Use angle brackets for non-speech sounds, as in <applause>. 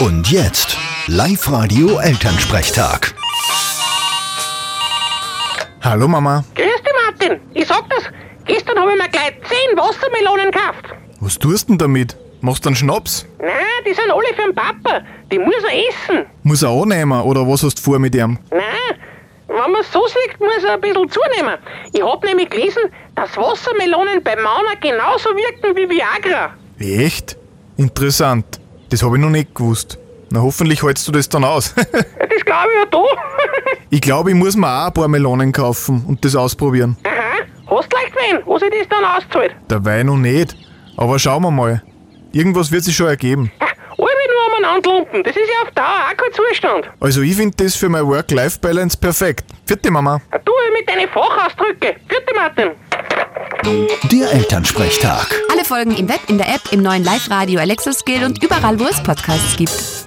Und jetzt, Live-Radio Elternsprechtag. Hallo Mama, Grüß dich, Martin. Ich sag das. Gestern habe ich mir gleich 10 Wassermelonen gekauft. was tust denn damit? Machst du einen Schnaps? Nein, die sind alle für den Papa. Die muss er essen. Muss er annehmen oder was hast du vor mit ihm? Nein, wenn man es so sieht, muss er ein bisschen zunehmen. Ich hab nämlich gelesen, dass Wassermelonen bei Mauna genauso wirken wie Viagra. Echt? Interessant. Das habe ich noch nicht gewusst. Na hoffentlich hältst du das dann aus. <laughs> Ja, Das glaube ich ja da. ich glaube, ich muss mir auch ein paar Melonen kaufen und das ausprobieren. <laughs> Aha, hast leicht wen, wo sich das dann auszahlt. Dabei noch nicht. Aber schauen wir mal. Irgendwas wird sich schon ergeben. Ja, alle nur umeinander lumpen. Das ist ja auf Dauer auch kein Zustand. Also ich finde das für meine Work-Life-Balance perfekt. Vierte Mama. Ja, Du mit deinen Fachausdrücken. Gute Martin. Der Elternsprechtag. Alle Folgen im Web, in der App, im neuen Live-Radio Alexa Skill und überall, wo es Podcasts gibt.